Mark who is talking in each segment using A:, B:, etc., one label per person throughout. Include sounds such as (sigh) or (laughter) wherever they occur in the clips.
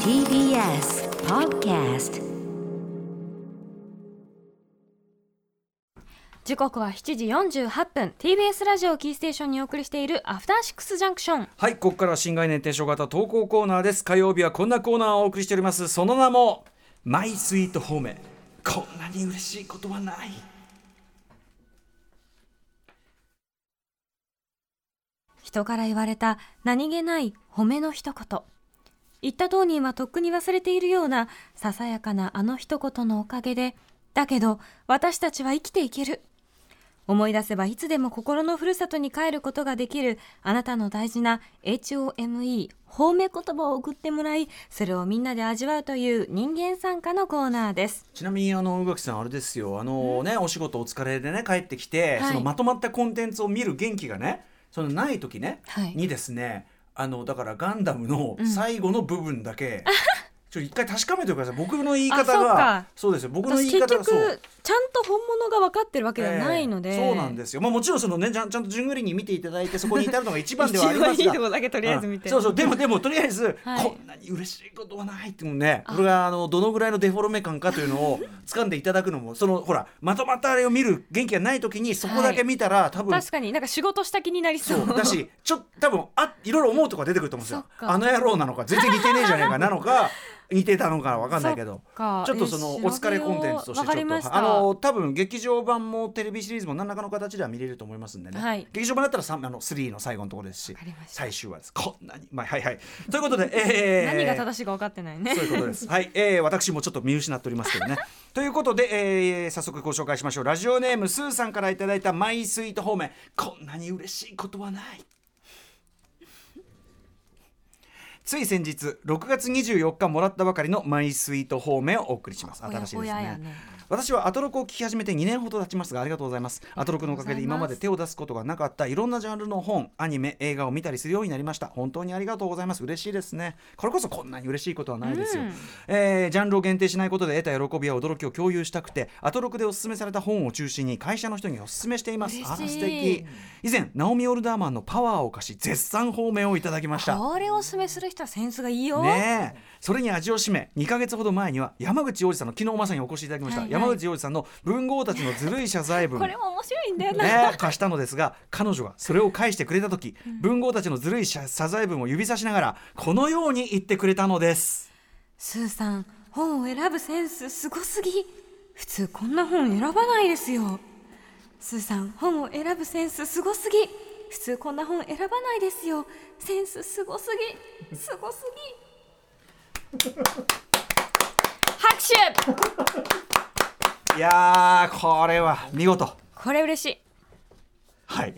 A: TBS Podcast
B: 時刻は7時48分 TBS ラジオをキーステーションにお送りしているアフターシックスジャンクション
C: はい、ここからは新概念提唱型投稿コーナーです。火曜日はこんなコーナーをお送りしております。その名も、マイスイートホーム。こんなに嬉しいことはない。
B: 人から言われた何気ない褒めの一言言った当人はとっくに忘れているようなささやかなあの一言のおかげでだけど私たちは生きていける思い出せばいつでも心のふるさとに帰ることができるあなたの大事な HOME 褒め言葉を送ってもらいそれをみんなで味わうという人間参加のコーナーです
C: ちなみに、あの、宇垣さん、あれですよ。あのね、お仕事お疲れでね、帰ってきて、
B: はい
C: そのまとまったコンテンツを見る元気がね、そのない時ね、
B: はい
C: にですね、あの、だからガンダムの
B: うん
C: 最後の部分だ (laughs) け、ちょっと一回確かめてください。僕の言い
B: あ
C: 方
B: そう
C: が
B: か、
C: そうですよ。僕の言
B: 私
C: い
B: 結
C: 方
B: 局
C: がそう。
B: ちゃんと本物が分かってるわけではないので、
C: ええそうなんですすよ、まあ、もちろんその、ね、ちゃんちゃんと順繰りに見ていただいてそこに至るのが一番で
B: 一
C: はありま
B: (laughs) 番い
C: す
B: い
C: が
B: とこだけとりあえず見て、
C: うんそうそうでもでもとりあえず、
B: はい
C: こんなに嬉しいことはないっていうのねこれがあのどのぐらいのデフォルメ感かという
B: (laughs)
C: のを掴んでいただくのもそのほらまとまったあれを見る元気がない時にそこだけ見たら、多分
B: 確かになんか仕事した気になりそう
C: そうだしちょっと多分あいろいろ思うとこが出てくると思うんですよ
B: そっか
C: あの野郎なのか全然似てねえじゃねえかな
B: (laughs)
C: のか似てたのかわかんないけど。
B: か
C: ちょっとそのお疲れコンテンツとして
B: わか
C: ち
B: り
C: ょ
B: ま
C: っ
B: し
C: と
B: た
C: あの多分劇場版もテレビシリーズも何らかの形では見れると思いますんでね、
B: はい
C: 劇場版だったら3あの3の最後のところですし
B: かりました
C: 最終話ですこんなに、まあ、はいはいということで、えー、
B: 何が正しいか分かってないね
C: (laughs) そういうことです。はい、えー、私もちょっと見失っておりますけどね。 (laughs) ということで、えー、早速ご紹介しましょう。ラジオネームスーさんからいただいたマイスイート方面。こんなに嬉しいことはない。つい先日6月24日もらったばかりのマイスイート方面をお送りします。
B: ほや
C: 新しい
B: ほ
C: です
B: やや
C: ね。
B: ね
C: 私はアトロクを聞き始めて2年ほど経ちますがありがとうございますアトロクのおかげで今まで手を出すことがなかったいろんなジャンルの本アニメ映画を見たりするようになりました本当にありがとうございます嬉しいですねこれこそこんなに嬉しいことはないですよ、
B: うん
C: えージャンルを限定しないことで得た喜びや驚きを共有したくてアトロクでお勧めされた本を中心に会社の人にお勧めしています
B: 嬉しい
C: あー素敵以前ナオミ・オルダーマンのパワーを貸し絶賛方面をいただきました
B: これをおすめする人はセンスがいいよ、
C: ねえそれに味をしめ2か月ほど前には山口洋二さんの昨日まさにお越しいただきました、
B: はいはい
C: 山口洋二さんの文豪たちのずるい謝罪文
B: これも面白いんだよな、
C: ねえ、貸したのですが彼女がそれを返してくれた時、文豪たちのずるい謝謝罪文を指さしながらこのように言ってくれたのです
B: スーさん本を選ぶセンスすごすぎ普通こんな本選ばないですよスーさん本を選ぶセンスすごすぎ普通こんな本選ばないですよセンスすごすぎすごすぎ拍手
C: いやーこれは見事
B: これ嬉しい
C: はい。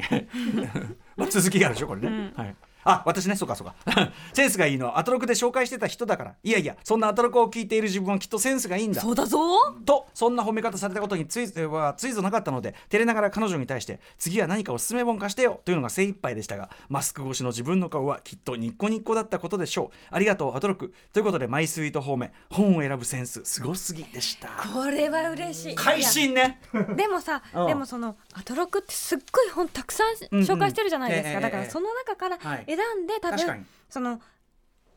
C: (laughs) まあ、続きがあるでしょ、これね。はい。あ私ね、そうかそうか (laughs) センスがいいのはアトロクで紹介してた人だからいやいやそんなアトロクを聞いている自分はきっとセンスがいいんだ
B: そうだぞ
C: とそんな褒め方されたことについてはついぞなかったので照れながら彼女に対して次は何かおすすめ本貸してよというのが精一杯でしたがマスク越しの自分の顔はきっとニッコニッコだったことでしょうありがとうアトロクということでマイスイート方面本を選ぶセンスすごすぎでした
B: これは嬉しい
C: 会心ね
B: (laughs) でもさ、
C: うん
B: でもそのアトロクってすっごい本たくさん
C: うんうん
B: 紹介してるじゃないですか、
C: ええ
B: だか
C: ええ
B: らその中から
C: はい
B: 選んで、多
C: 確かに
B: 分その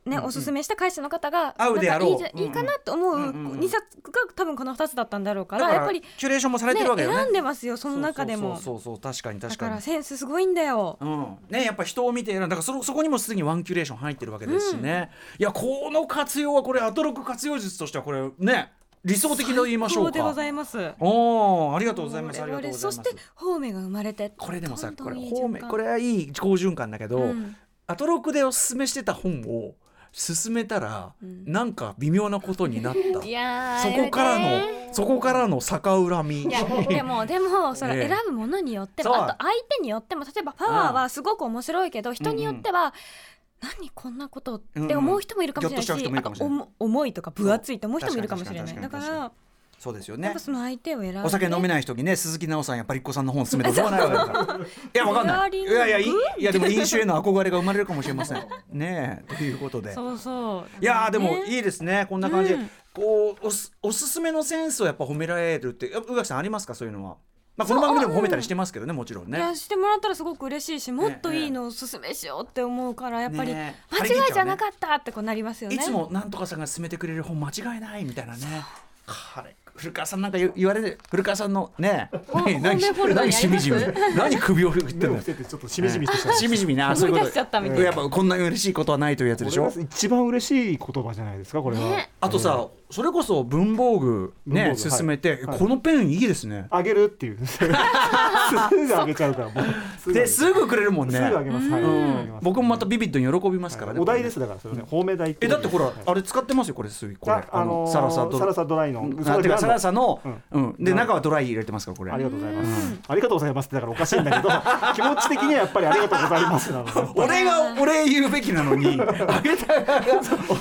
B: ね、おすすめした会社の方が
C: 合うであろう
B: なんかいいじゃ
C: うんうん
B: いいかなと思う
C: うんうんうん
B: 2冊が多分この2つだったんだろうか
C: だ
B: ら
C: から
B: やっぱり、ね、
C: キュレーションもされてるわけよね
B: 選んでますよその中でも
C: そうそうそうそう確かに確
B: だ
C: か
B: か
C: に
B: らセンスすごいんだよ、
C: うんね、やっぱ人を見て選んだだからそのそこにもすでにワンキュレーション入ってるわけですしね、いやこの活用はこれアトロック活用術としてはこれね理想的と言いましょう
B: そうでご
C: か
B: ざいます
C: おーありがとうございますありがとうござい
B: そ
C: ます
B: して方面が生まれて
C: これでもさこれ
B: 方
C: 方面これはいい好循環だけど、
B: うん
C: アトロックでおすすめしてた本を勧めたら、なんか微妙なことになった
B: (laughs) いやー
C: そこから
B: やめて
C: のそこからの逆恨み (laughs)
B: いや (laughs) でもでもそれ
C: ええ
B: 選ぶものによって
C: そ
B: も、
C: う
B: あと相手によっても例えばパワーはすごく面白いけど人によっては、何こんなことって思う人もいるかもしれないし,、
C: うんうんぎょっとしちゃう人もいるかもしれない
B: 重いとか分厚いと思う人もいるかもしれない
C: そう
B: だ
C: 確
B: か
C: か
B: ら
C: に確かにそうですよね
B: やっぱその相手を選んで
C: お酒飲めない人にね鈴木奈緒さんやっぱりっ子さんの本勧めてどうなるわけ
B: (laughs)
C: だからいやわかんな
B: ヒア
C: いい
B: リング
C: やいやいいやでも
B: (laughs)
C: 飲酒への憧れが生まれるかもしれませんねえということで
B: そうそう
C: い
B: い
C: やーでもいいですねこんな感じで、
B: うん
C: こうおすおすすめのセンスをやっぱ褒められるってやっぱ宇垣さんありますかそういうのはまあ、この番組でも褒めたりしてますけどねもちろん
B: い
C: ね
B: や。してもらったらすごく嬉しいしもっといいのをおすすめしようって思うからやっぱり間
C: ねえ
B: 違いじゃなかったってこうなりますよね
C: いつもなんとかさんが勧めてくれる本間違いないみたいなね。彼古川さんなんか言言われて古川さんのね何何
B: 本命フォルダ
C: 何
B: にあ
C: し
B: り
C: み
B: ま
C: じ
B: す
C: み何首を振ってん
A: 目を
C: の
A: 伏せてちょっとしみじみしてしまう
C: しみじみな
B: (laughs) 思い
C: そういうこと
B: 出しちゃったみたい
C: やっぱこんな嬉しいことはないというやつでし
A: こ
C: ょ
A: れが一番嬉しい言葉じゃないですかこれは、
B: ね
C: あとさそれこそ文房具ね
A: 文房具はい
C: 勧めて
A: はい
C: このペンいいですね
A: あげるっていうすぐあげちゃうからもうすぐあげ
C: で
A: るす
C: すぐくれるもん
A: ぐ
C: ね
A: あげます、はい、あげます
C: 僕もまたビビッドに喜びますからね
A: お題ですだからそれね方面題
C: えだってほら
A: はい
C: あれ使ってますよこれすぐこれ
A: ああのー
C: サラサド
A: サラサドライの
C: あてかサラサの
A: うん
C: うんで中はドライ入れてますからこれ
A: ありがとうございます、ありがとうございますってだからおかしいんだけど気持ち的にはやっぱりありがとうございますなのね
C: (laughs) 俺が俺言うべきな
A: (laughs)
C: のにあげた側が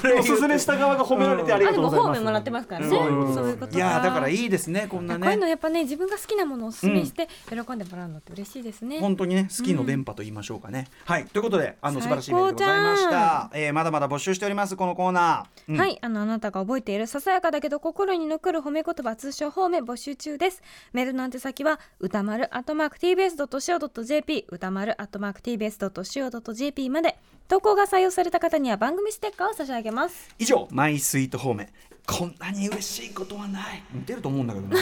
C: 俺
A: おすすめした側が褒められてあり
B: あ
A: が
B: で
A: と
B: も
A: うござい
B: 方
A: ま
B: 面
A: す
B: もらってますからね
A: そ
B: そうう
A: いうこと
B: いうこと
C: いやーだから
B: い
C: いいですねこんな
B: こういうの
C: ね
B: やっぱね自分が好きなものをおすすめして喜んでもらうのって嬉しいですね、
C: 本当にね好きの電波と言いましょうかね、はいということであの素晴らしいメールで
B: 最
C: ござい
B: 高
C: まし
B: じゃ
C: た、えーまだまだ募集しておりますこのコーナー、うん
B: はいあのあなたが覚えているささやかだけど心に残る褒め言葉通称褒め募集中ですメールの宛先は歌丸アットマーク tbs.co.jp 歌丸アットマーク tbs.co.jp まで投稿が採用された方には番組ステッカーを差し上げます
C: 以上マイスイート方面こんなに嬉しいことはない似てると思うんだけど
D: (laughs)
C: ね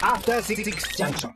D: After Six Junction.